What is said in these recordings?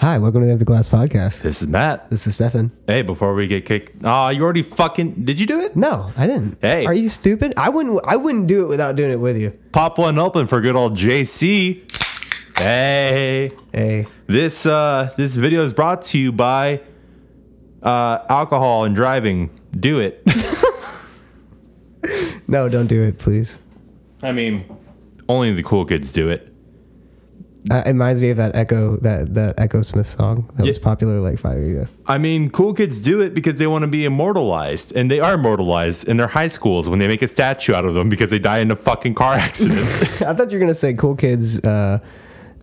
Hi, welcome to the Empty Glass Podcast. This is Matt. This is Stefan. Hey, before we get kicked, oh, you already fucking did you do it? No, I didn't. Hey. are you stupid? I wouldn't. I wouldn't do it without doing it with you. Pop one open for good old JC. Hey, Hey, this uh, this video is brought to you by uh, alcohol and driving. Do it. no, don't do it, please. I mean, only the cool kids do it. Uh, it reminds me of that Echo, that that Echo Smith song that was Yeah. popular like five years ago. I mean, cool kids do it because they want to be immortalized, and they are immortalized in their high schools when they make a statue out of them because they die in a fucking car accident. I thought you were gonna say cool kids. Uh,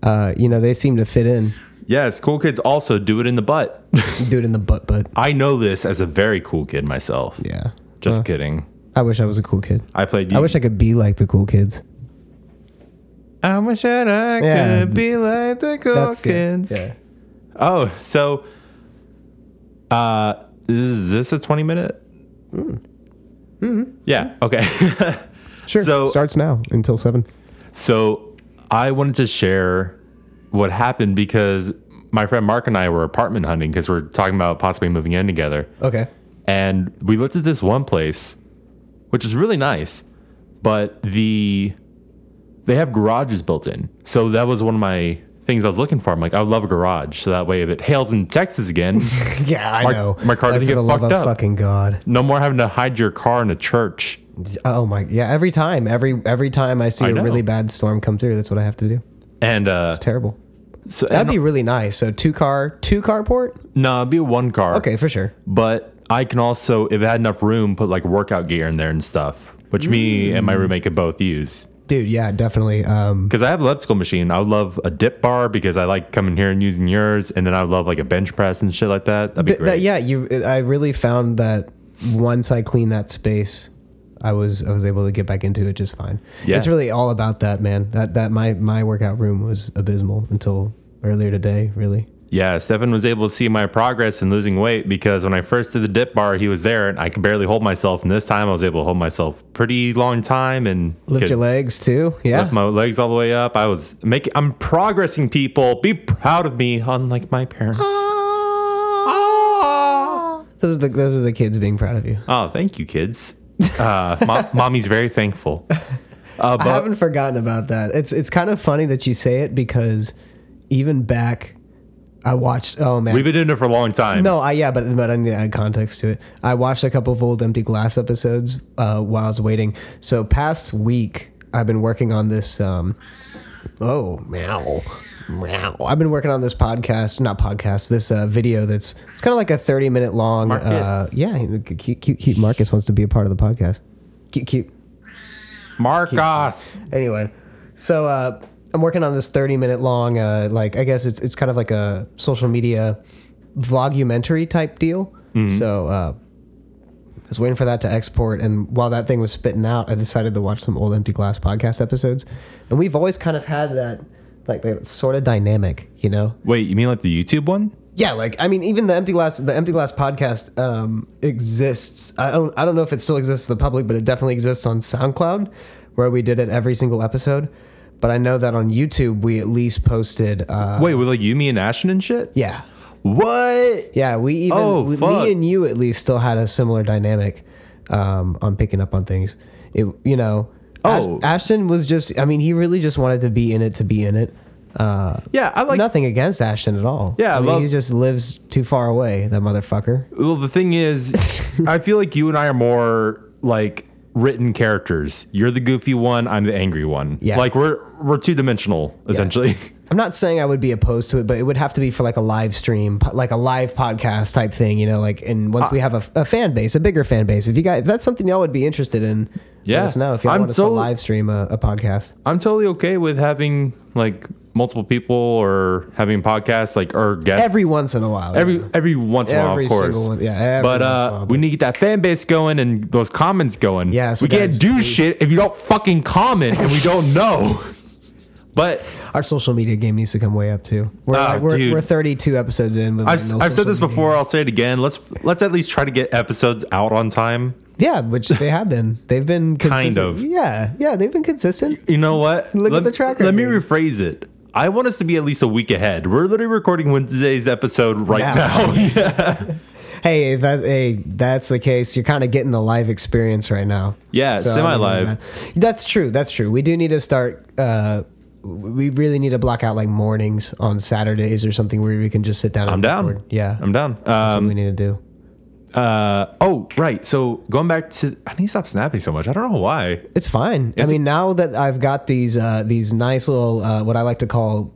uh, you know, they seem to fit in. yes, cool kids also do it in the butt. Do it in the butt, but I know this as a very cool kid myself. yeah. Just Well, kidding. I wish I was a cool kid. I played. I wish I could be like the cool kids. I wish that I Yeah. could be like the cool That's good. kids. Yeah. Oh, so uh, is this a twenty minute? Hmm. Yeah. Okay. Sure. So- starts now until seven. so I wanted to share what happened because my friend Mark and I were apartment hunting because we're talking about possibly moving in together. Okay. and we looked at this one place which is really nice but the they have garages built in so that was one of my things i was looking for i'm like i would love a garage so that way if it hails in texas again Yeah, I My- know. my car Like, doesn't for get the love fucked of up. Fucking god. no more having to hide your car in a church Oh my yeah, every time, every every time I see I a know. really bad storm come through, that's what I have to do. and uh It's terrible. so, That'd be really nice. So two car, two carport? no it'd be a one car Okay, for sure. but i can also if i had enough room put like workout gear in there and stuff which Mm. me and my roommate could both use Dude, yeah, definitely. Um Because I have an elliptical machine. I would love a dip bar because I like coming here and using yours. And then I would love like a bench press and shit like that. That'd be th- great. that, yeah, you I really found that once I cleaned that space, I was I was able to get back into it just fine. Yeah. It's really all about that, man. That that my my workout room was abysmal until earlier today, really. yeah. Stefan was able to see my progress in losing weight because when I first did the dip bar, he was there and I could barely hold myself. And this time I was able to hold myself pretty long time and Lift could your legs too. Yeah. lift my legs all the way up. I was making, I'm progressing people. Be proud of me, unlike my parents. Ah. Those are the those are the kids being proud of you. Oh, thank you, kids. Uh, mom, mommy's very thankful. Uh, I haven't forgotten about that. It's it's kind of funny that you say it because even back, I watched. Oh man, We've been doing it for a long time. no, I yeah, but but I need to add context to it. I watched a couple of old Empty Glass episodes uh, while I was waiting. So past week, I've been working on this. Um, oh meow, meow. I've been working on this podcast, not podcast, this uh, video. That's it's kind of like a thirty minute long. Uh, Marcus. yeah, cute, cute, cute. Marcus wants to be a part of the podcast. Cute, cute. Marcos. anyway, so uh, I'm working on this 30 minute long, uh, like I guess it's it's kind of like a social media vlogumentary type deal. So uh, I was waiting for that to export, and while that thing was spitting out, I decided to watch some old Empty Glass podcast episodes, and we've always kind of had that like that sort of dynamic, you know. Wait, you mean like the YouTube one? Yeah, like I mean, even the empty glass, the empty glass podcast um, exists. I don't, I don't know if it still exists to the public, but it definitely exists on SoundCloud, where we did it every single episode. But I know that on YouTube, we at least posted. Uh, Wait, with like you, me, and Ashton and shit? yeah, What? yeah, we even Oh, we, fuck. me and you at least still had a similar dynamic um, on picking up on things. It, you know, Ash- Oh. Ashton was just. I mean, he really just wanted to be in it to be in it. Uh, Yeah, I like. nothing against Ashton at all. Yeah, I I mean, love- he just lives too far away. That motherfucker. Well, the thing is, I feel like you and I are more like written characters. You're the goofy one. I'm the angry one. Yeah. Like we're we're two dimensional essentially. I'm not saying I would be opposed to it, but it would have to be for like a live stream, po- like a live podcast type thing, you know. Like, and once we have a, a fan base, a bigger fan base, if you guys, if that's something y'all would be interested in, Yeah. let us know if y'all I'm want us to so- live stream a, a podcast. I'm totally okay with having like multiple people or having podcasts like or guests Every once in a while, every every once in a while, Every of course. single one- yeah, every once but in a uh, while, we need to get that fan base going and those comments going. Yeah, so we guys, can't do shit if you don't fucking comment and we don't know. But our social media game needs to come way up too. We're Oh, like, we're, dude. we're 32 episodes in. With I've, like no I've said social this media. before. I'll say it again. Let's let's at least try to get episodes out on time. Yeah, which they have been. They've been Kind consistent. of. Yeah, yeah, they've been consistent. You know what? Look at Let- the track Let me record. rephrase it. I want us to be at least a week ahead. We're literally recording Wednesday's episode right Now. now. yeah. Hey, if that, hey, that's the case. You're kind of getting the live experience right now. Yeah, I don't semi-live. know that. That's true. That's true. We do need to start. Uh, we really need to block out like mornings on Saturdays or something where we can just sit down. I'm and down. record. Yeah, I'm down. That's Um, what we need to do. uh, oh, right. So going back to, I need to stop snapping so much. I don't know why. It's fine. I mean, now that I've got these uh, these nice little uh, what I like to call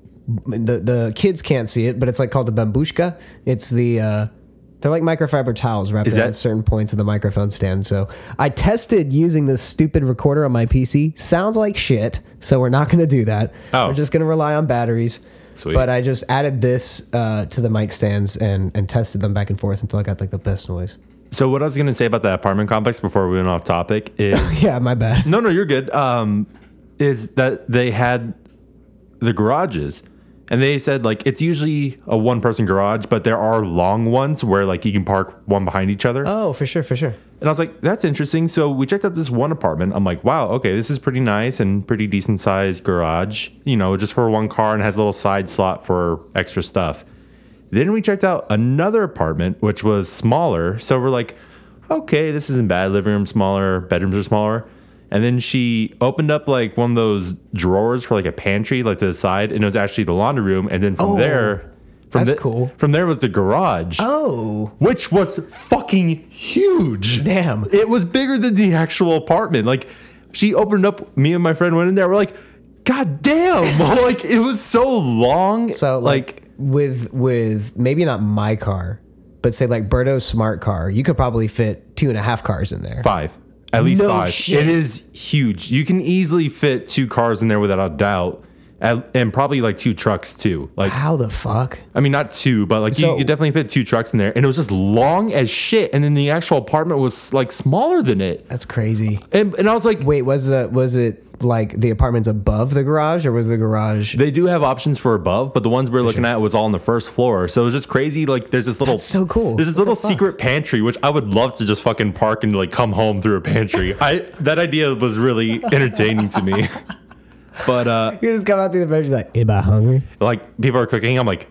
the the kids can't see it, but it's like called a bambushka. It's the uh, they're like microfiber towels wrapped Is around that- certain points of the microphone stand. So I tested using this stupid recorder on my PC. Sounds like shit. So we're not going to do that. Oh. We're just going to rely on batteries. Sweet. But I just added this uh, to the mic stands and and tested them back and forth until I got like the best noise. So what I was gonna say about the apartment complex before we went off topic is Yeah, my bad. no, no, you're good. Um, is that they had the garages, and they said like it's usually a one person garage, but there are long ones where like you can park one behind each other. Oh, for sure, for sure. And I was like, that's interesting. So we checked out this one apartment. I'm like, wow, okay, this is pretty nice and pretty decent sized garage, you know, just for one car and has a little side slot for extra stuff. Then we checked out another apartment, which was smaller. So we're like, okay, this isn't bad. Living room smaller, bedrooms are smaller. And then she opened up like one of those drawers for like a pantry, like to the side, and it was actually the laundry room. And then from Oh, there, from that's the- cool. From there was the garage Oh. which was fucking huge. Damn. It was bigger than the actual apartment. Like she opened up, me and my friend went in there. We're like, God damn. like it was so long. So like, with with maybe not my car, but say like Berto's smart car, you could probably fit two and a half cars in there. five. At least No five. shit. It is huge. You can easily fit two cars in there without a doubt. And and probably like two trucks too. Like How the fuck? I mean, not two, but like you So- could definitely fit two trucks in there. And it was just long as shit. And then the actual apartment was like smaller than it. That's crazy. And, and I was like, Wait, was the was it like the apartments above the garage or was the garage? They do have options for above, but the ones we we're looking at was all on the first floor. So it was just crazy. Like there's this little That's so cool. There's this What the little fuck? secret pantry, which I would love to just fucking park and like come home through a pantry. I that idea was really entertaining to me. But uh You just come out through the bedroom like, anybody hungry? like people are cooking, I'm like,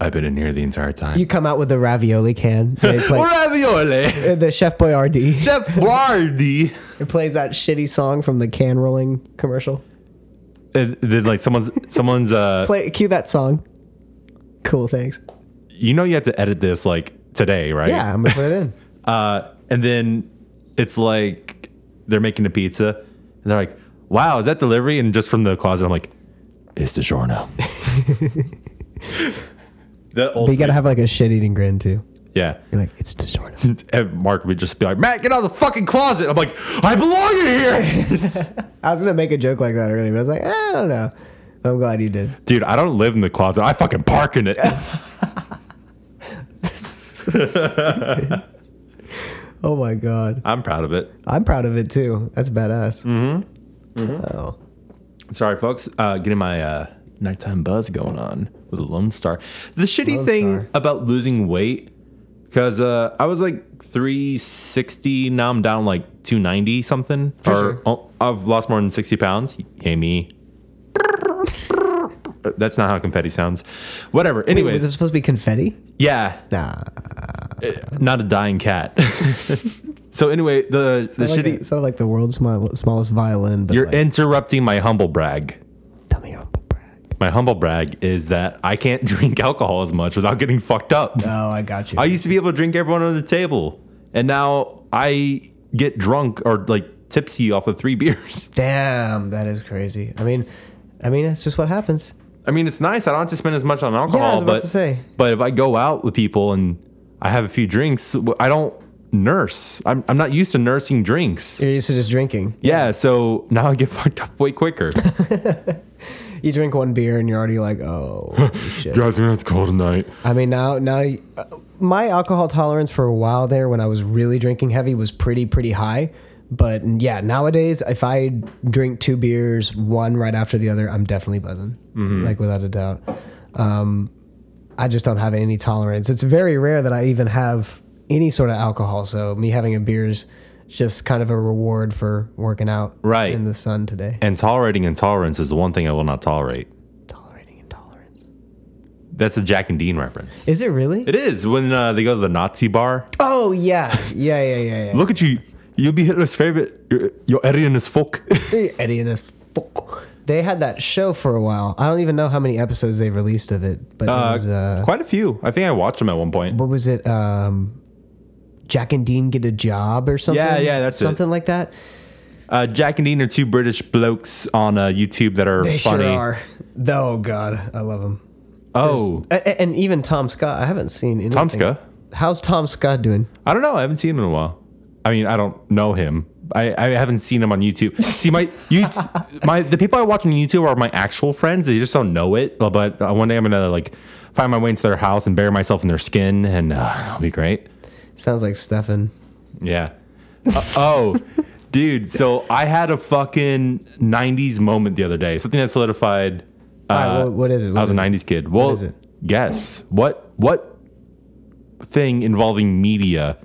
I've been in here the entire time. You come out with the ravioli can. They Or play, uh, ravioli, the Chef Boyardee. Chef Boyardee. It plays that shitty song from the can rolling commercial. And then like someone's someone's uh Play cue that song. Cool, thanks. you know you have to edit this like today, right? Yeah, I'm gonna put it in. Uh, and then it's like they're making a pizza, and they're like, "Wow, is that delivery?" And just from the closet, I'm like, "It's DiGiorno." the old, But you gotta have like a shit eating grin too. yeah. You're like, it's disorder. And Mark would just be like, "Matt, get out of the fucking closet." I'm like, "I belong in here." I was gonna make a joke like that earlier, but I was like, "Eh, I don't know. I'm glad you did. Dude, I don't live in the closet. I fucking park in it. Oh my god, I'm proud of it. I'm proud of it too. That's badass. Mm-hmm. Oh, Sorry, folks. Uh, getting my uh, nighttime buzz going on with a Lone Star. The shitty Lone thing Star. about losing weight, because uh, I was like 360, now I'm down like 290 something. or sure. oh, I've lost more than 60 pounds. Hey, me. Uh, That's not how confetti sounds. Whatever. Anyways, was it supposed to be confetti? yeah, Nah, not a dying cat. so anyway, the the like shitty. a- sounded like the world's small, smallest violin. But you're like, interrupting my humble brag. tell me your humble brag. My humble brag is that I can't drink alcohol as much without getting fucked up. Oh, I got you. I used to be able to drink everyone on the table, and now I get drunk or like tipsy off of three beers. Damn, that is crazy. I mean, I mean, that's just what happens. I mean, it's nice. I don't have to spend as much on alcohol, Yeah, I was about but to say. but if I go out with people and I have a few drinks, I don't nurse. I'm I'm not used to nursing drinks. You're used to just drinking. Yeah, so now I get fucked up way quicker. You drink one beer and you're already like, oh shit. Guys, man, it's cold tonight. I mean, now, now, uh, my alcohol tolerance for a while there when I was really drinking heavy was pretty, pretty high. But yeah, nowadays, if I drink two beers, one right after the other, I'm definitely buzzing, like without a doubt. Um, I just don't have any tolerance. It's very rare that I even have any sort of alcohol. So me having a beer is just kind of a reward for working out Right. in the sun today. And tolerating intolerance is the one thing I will not tolerate. Tolerating That's a Jack and Dean reference. Is it really? It is when uh, they go to the Nazi bar. oh yeah, yeah, yeah, yeah, yeah. Look at you. You'll be Hitler's favorite. You're, you're Aryan as fuck. Eddie and his fuck. They had that show for a while. I don't even know how many episodes they released of it, but it Uh, was uh, quite a few. I think I watched them at one point. what was it? Um, Jack and Dean get a job or something. Yeah, yeah, that's it. something like that. Uh, Jack and Dean are two British blokes on uh, YouTube that are They funny. sure are. Oh God, I love them. Oh, and, and even Tom Scott. I haven't seen anything. Tomska. How's Tom Scott doing? I don't know. I haven't seen him in a while. I mean, I don't know him. I, I haven't seen him on YouTube. See, my you my the people I watch on YouTube are my actual friends. They just don't know it. But uh, one day I'm gonna like find my way into their house and bury myself in their skin, and uh, it'll be great. Sounds like Stefan. Yeah. Uh, oh, dude. So I had a fucking '90s moment the other day. Something that solidified. Uh, right, what- what is it? What I was a is it? '90s kid. Well, is it? guess what? What thing involving media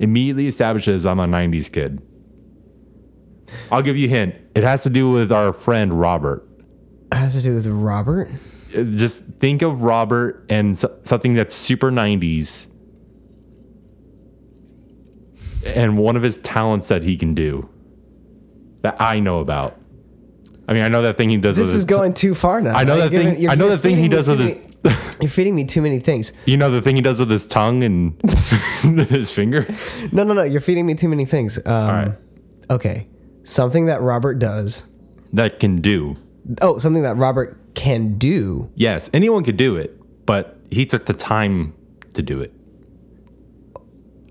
immediately establishes I'm a '90s kid? I'll give you a hint. It has to do with our friend Robert. has to do with Robert. Uh, Just think of Robert and s- something that's super '90s, and one of his talents that he can do that I know about. I mean, I know that thing he does. This with is his going too far now. I know You're that thing- you're- I know you're that thing he feeding me does too with his- many- you're feeding me too many things. You know the thing he does with his tongue and his finger? No, no, no. You're feeding me too many things. Um, All right. Okay. Something that Robert does. That can do. Oh, something that Robert can do. Yes, anyone could do it, but he took the time to do it.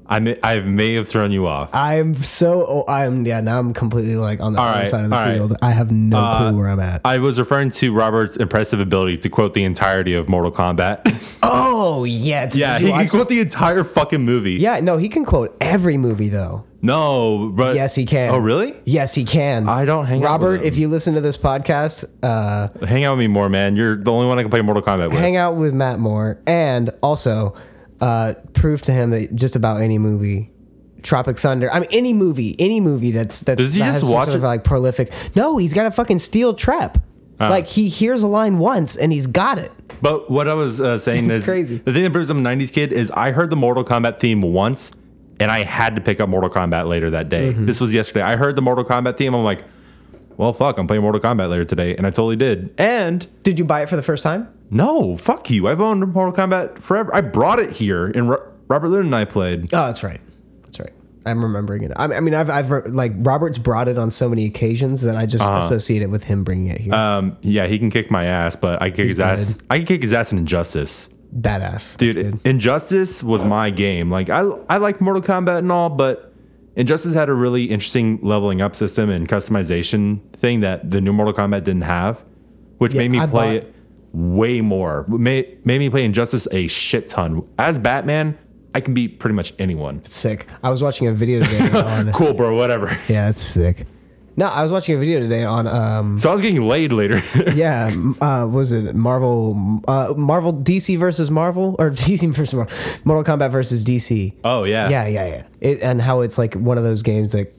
I may, I may have thrown you off. I'm so. Oh, I'm yeah. Now I'm completely like on the All other right, side of the all right. Uh, field. I have no clue where I'm at. I was referring to Robert's impressive ability to quote the entirety of Mortal Kombat. oh yeah. Did yeah, you he watch could quote the entire fucking movie. Yeah, no, he can quote every movie though. No, but Yes, he can. Oh, really? Yes, he can. I don't hang out with Robert, him. if you listen to this podcast, uh, Hang out with me more, man. You're the only one I can play Mortal Kombat with. hang out with Matt Moore and also uh, prove to him that just about any movie, Tropic Thunder. I mean, any movie, any movie that's that's Does he that just has some watch sort of it? Ah. like prolific. No, he's got a fucking steel trap. Like he hears a line once and he's got it. But what I was uh, saying It's is crazy. The thing that proves I'm a '90s kid is I heard the Mortal Kombat theme once, and I had to pick up Mortal Kombat later that day. Mm-hmm. This was yesterday. I heard the Mortal Kombat theme. I'm like, well, fuck, I'm playing Mortal Kombat later today, and I totally did. And Did you buy it for the first time? no, fuck you. I've owned Mortal Kombat forever. I brought it here, and Ro- Robert Luden and I played. Oh, that's right. That's right. I'm remembering it. I mean- I mean, I've, I've like Robert's brought it on so many occasions that I just Uh-huh. associate it with him bringing it here. Um, yeah, he can kick my ass, but I kick his ass. I can kick his ass in Injustice. Badass, That's dude good. injustice was my game like i i like mortal kombat and all but injustice had a really interesting leveling up system and customization thing that the new mortal kombat didn't have which made me I play bought- it way more made, made me play injustice a shit ton as batman i can beat pretty much anyone sick. I was watching a video today on. cool bro whatever Yeah, that's sick. No, I was watching a video today on um so i was getting laid later yeah m- uh was it Marvel uh Marvel DC versus Marvel or DC versus Marvel Mortal Kombat versus DC. oh yeah Yeah, yeah, yeah. It, and how it's like one of those games that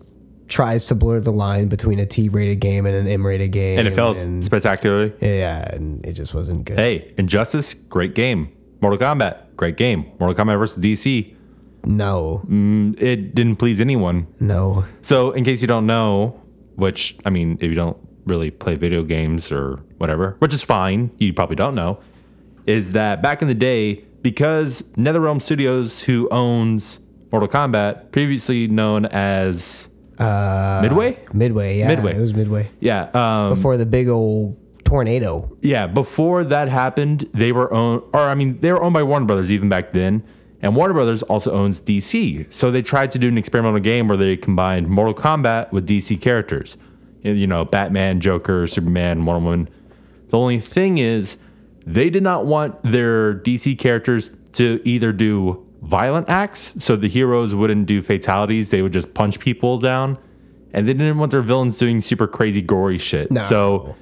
tries to blur the line between a T-rated game and an M-rated game. and it fell spectacularly yeah, and it just wasn't good. hey injustice great game mortal kombat great game mortal kombat versus dc No. Mm. it didn't please anyone No. So, in case you don't know, which I mean, if you don't really play video games or whatever, which is fine, you probably don't know, is that back in the day, because NetherRealm Studios, who owns Mortal Kombat, previously known as Uh Midway, Midway, yeah. Midway. It was Midway. yeah, um, Before the big old tornado. yeah, before that happened, they were owned, or I mean, they were owned by Warner Brothers even back then. And Warner Brothers also owns DC. So they tried to do an experimental game where they combined Mortal Kombat with DC characters. And, You know, Batman, Joker, Superman, Wonder Woman. The only thing is, they did not want their DC characters to either do violent acts, so the heroes wouldn't do fatalities, they would just punch people down. And they didn't want their villains doing super crazy, gory shit. No. So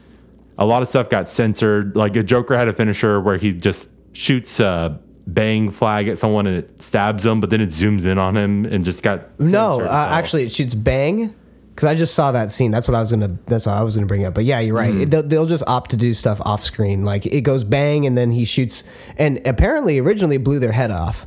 a lot of stuff got censored. Like a Joker had a finisher where he just shoots a bang flag at someone and it stabs him, but then it zooms in on him and just got No, censored. uh, So- actually, it shoots bang, Because I just saw that scene. That's what I was gonna. That's what I was gonna bring up. But yeah, you're right. It- they'll, they'll just opt to do stuff off screen. Like it goes bang, and then he shoots. And apparently, originally blew their head off,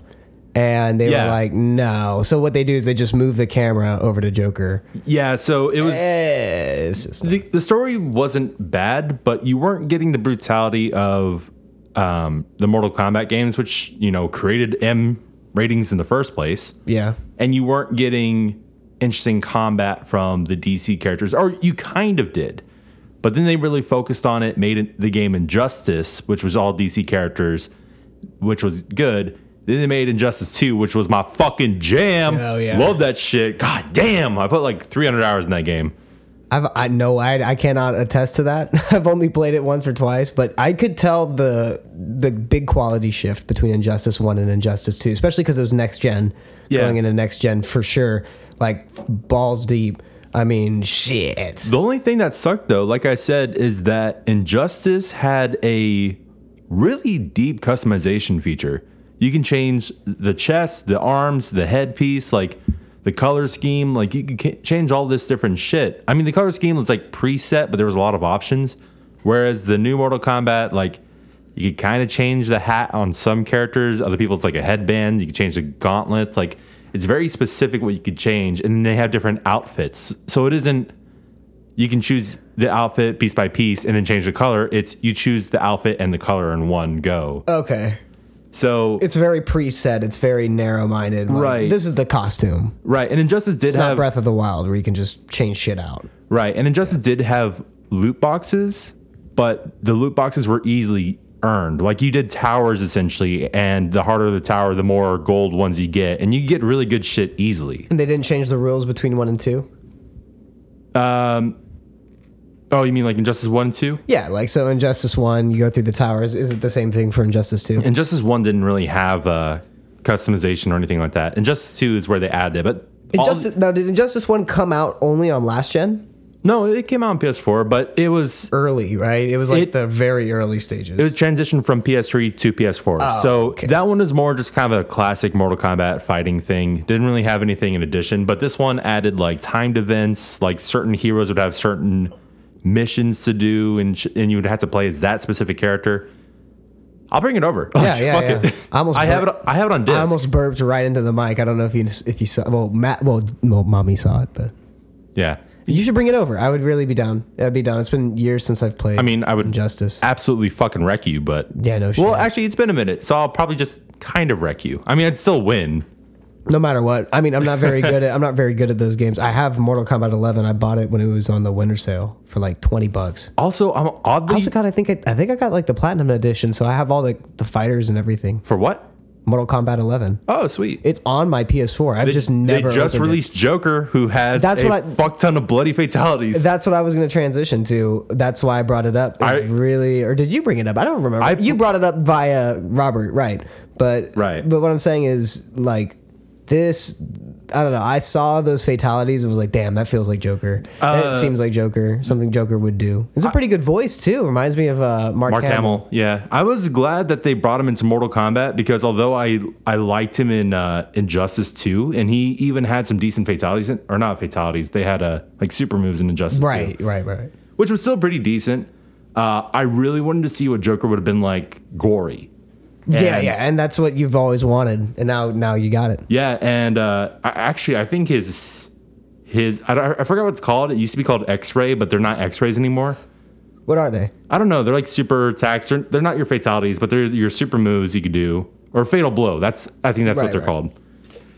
and they Yeah. were like, "No." So what they do is they just move the camera over to Joker. Yeah, so it was Eh, it's just- the, the story wasn't bad, but you weren't getting the brutality of um, the Mortal Kombat games, which you know created M ratings in the first place, yeah, and you weren't getting interesting combat from the DC characters, or you kind of did, but then they really focused on it, made it, the game Injustice, which was all DC characters, which was good. Then they made Injustice 2, which was my fucking jam. Oh, yeah. Love that shit. God damn. I put like 300 hours in that game. I've I know I I cannot attest to that. I've only played it once or twice, but I could tell the the big quality shift between Injustice One and Injustice Two, especially because it was next gen, Yeah. going into next gen for sure, like balls deep. I mean, shit. The only thing that sucked, though, like I said, is that Injustice had a really deep customization feature. You can change the chest, the arms, the headpiece, like the color scheme. Like you can ca- change all this different shit. I mean, the color scheme was like preset, but there was a lot of options. Whereas the new Mortal Kombat, like you could kind of change the hat on some characters. Other people, it's like a headband. You could change the gauntlets. Like it's very specific what you could change, and they have different outfits. So it isn't you can choose the outfit piece by piece and then change the color. It's you choose the outfit and the color in one go. Okay, So it's very preset. It's very narrow minded. Right. This is the costume. right, and Injustice did It's not have Breath of the Wild where you can just change shit out. right, and Injustice did have loot boxes, but the loot boxes were easily earned. Like you did towers essentially, and the harder the tower, the more gold ones you get, and you get really good shit easily. And they didn't change the rules between one and two. Oh, you mean like Injustice one and two? Yeah, like so. Injustice One, you go through the towers. Is it the same thing for Injustice Two? And Justice One didn't really have uh, customization or anything like that. And Justice Two is where they added it, but all- Injustice, now, did Injustice One come out only on last gen? no, it came out on PS4, but it was Early, right? It was like It- the very early stages. It was transitioned from PS3 to PS4. Oh, so that one is more just kind of a classic Mortal Kombat fighting thing. Didn't really have anything in addition, but this one added like timed events, like certain heroes would have certain missions to do, and sh- and you would have to play as that specific character. I'll bring it over. Yeah, yeah, Fuck yeah. It. I almost I have it. bur- I have it on disc. I almost burped right into the mic. I don't know if you if you saw. Well, Matt. Well, well, mommy saw it, but yeah. you should bring it over. I would really be down. I'd be down. It's been years since I've played. I mean, I would Injustice. absolutely fucking wreck you, but yeah, no shit. well, actually, it's been a minute, so I'll probably just kind of wreck you. I mean, I'd still win. no matter what. I mean, I'm not very good at. I'm not very good at those games. I have Mortal Kombat 11. I bought it when it was on the winter sale for like 20 bucks. Also, I'm I oddly also got. I think. I, I think I got like the platinum edition, so I have all the the fighters and everything. for what? Mortal Kombat 11. Oh, sweet. It's on my PS4. I've just never. They just opened it. released Joker, who has That's a what I- fuck ton of bloody fatalities. That's what I was going to transition to. That's why I brought it up. It's I- really, or did you bring it up? I don't remember. I- you brought it up via Robert, right? But Right. But what I'm saying is, like, this. I don't know. I saw those fatalities and was like, "Damn, that feels like Joker. Uh, that seems like Joker. Something Joker would do." It's a pretty good voice too. Reminds me of uh, Mark, Mark Hamill. Hamill. Yeah, I was glad that they brought him into Mortal Kombat because although I I liked him in uh, Injustice Two, and he even had some decent fatalities, in, or not fatalities, they had uh, like super moves in Injustice Two. Right, right, right. which was still pretty decent. Uh, I really wanted to see what Joker would have been like gory. yeah, And- yeah, and that's what you've always wanted, and now now you got it. Yeah, and uh, I, actually, I think his his I, don't- I forgot what it's called. It used to be called X-ray, but they're not X-rays anymore. What are they? I don't know. They're like super attacks. They're, they're not your fatalities, but they're your super moves you could do or fatal blow. That's I think that's what Right, they're right. called.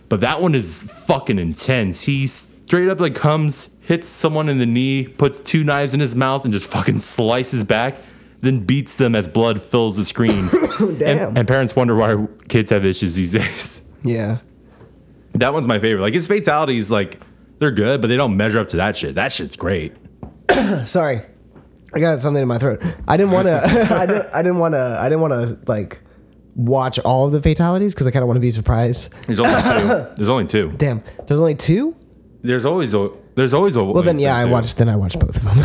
But that one is fucking intense. He straight up like comes, hits someone in the knee, puts two knives in his mouth, and just fucking slices back. Then beats them as blood fills the screen. And- Damn. and parents wonder why kids have issues these days. Yeah. That one's my favorite. Like his fatalities, like they're good, but they don't measure up to that shit. That shit's great. Sorry, I got something in my throat. I didn't want to. I didn't. I didn't want to. I didn't want to like watch all of the fatalities because I kind of want to be surprised. There's only two. There's only two. Damn, there's only two. There's always a There's always a. Well, then yeah, I watched. Then I watched both of them.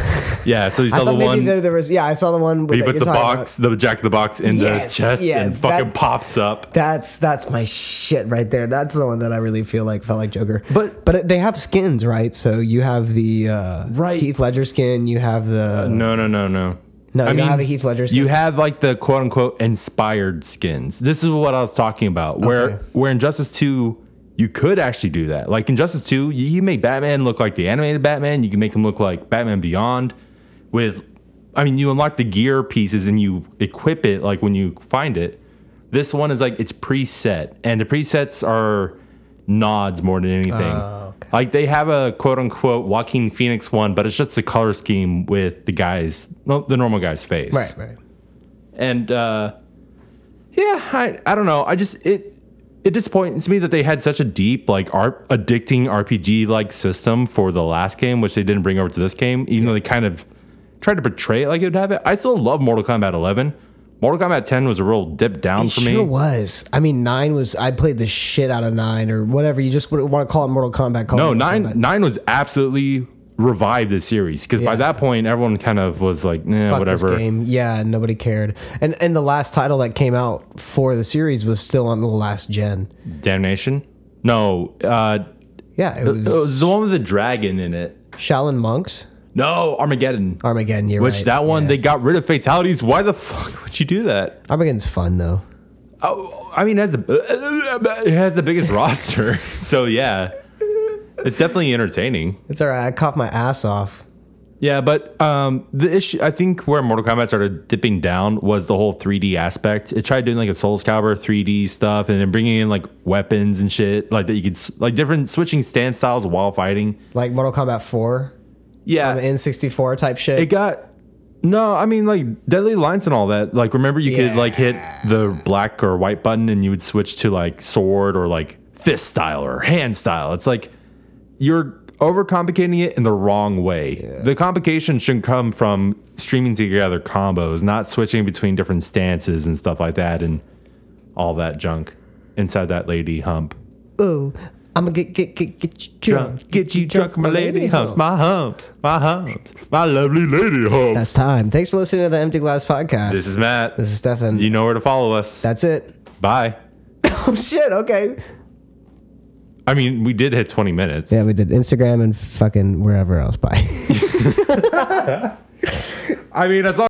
Yeah, so you I saw the thought maybe one. there, there was. Yeah, I saw the one. With he puts you're the talking about. box, the jack of the box, into Yes, his chest and yes, fucking that- pops up. That's that's my shit right there. That's the one that I really feel like felt like Joker. But- but they have skins, right? So you have the uh, Right. Heath Ledger skin. You have the No, no, no, no. No, you don't have a Heath Ledger skin? You have like the quote unquote inspired skins. This is what I was talking about. Where Okay. where in Justice 2, you could actually do that. Like in Justice 2, you, you make Batman look like the animated Batman. You can make him look like Batman Beyond with I mean, you unlock the gear pieces and you equip it like when you find it. This one is like it's preset, and the presets are nods more than anything. Oh, okay. Like they have a quote unquote Joaquin Phoenix one, but it's just the color scheme with the guy's well, the normal guy's face. right, right. And uh yeah, I I don't know. I just it it disappoints me that they had such a deep like art addicting RPG like system for the last game, which they didn't bring over to this game, even though they kind of tried to portray it like it would have it. I still love Mortal Kombat 11. Mortal Kombat 10 was a real dip down It for sure me. was. I mean, nine was. I played the shit out of nine or whatever. You just would want to call it Mortal Kombat. Call it No, Mortal nine Kombat. nine was absolutely revived this series because by Yeah. that point everyone kind of was like, nah, Fuck this whatever. game. Yeah, nobody cared. And and the last title that came out for the series was still on the last gen. Damnation. No, uh, Yeah, it was, it was the one with the dragon in it. Shaolin monks No, Armageddon. Armageddon. You're Which right. that one they got rid of fatalities. Why the fuck would you do that? Armageddon's fun though. Oh, I mean, it has the it has the biggest roster, so yeah, it's definitely entertaining. It's all right. I coughed my ass off. Yeah, but um, the issue I think where Mortal Kombat started dipping down was the whole 3D aspect. It tried doing like a Souls Calibur 3D stuff, and then bringing in like weapons and shit, like that you could s- like different switching stance styles while fighting. like Mortal Kombat 4, Yeah, the N64 type shit. it got no i mean like deadly lines and all that like remember you could like hit the black or white button and you would switch to like sword or like fist style or hand style it's like you're overcomplicating it in the wrong way the complication should come from streaming together combos not switching between different stances and stuff like that and all that junk inside that lady hump Ooh, I'm gonna get get get get you drunk get you drunk my lady humps my humps my humps my lovely lady humps That's time. Thanks for listening to the Empty Glass Podcast. this is matt this is Stefan. You know where to follow us. That's it. Bye. Oh shit. Okay. I mean, we did hit 20 minutes. Yeah, we did Instagram and fucking wherever else. Bye. I mean, that's all.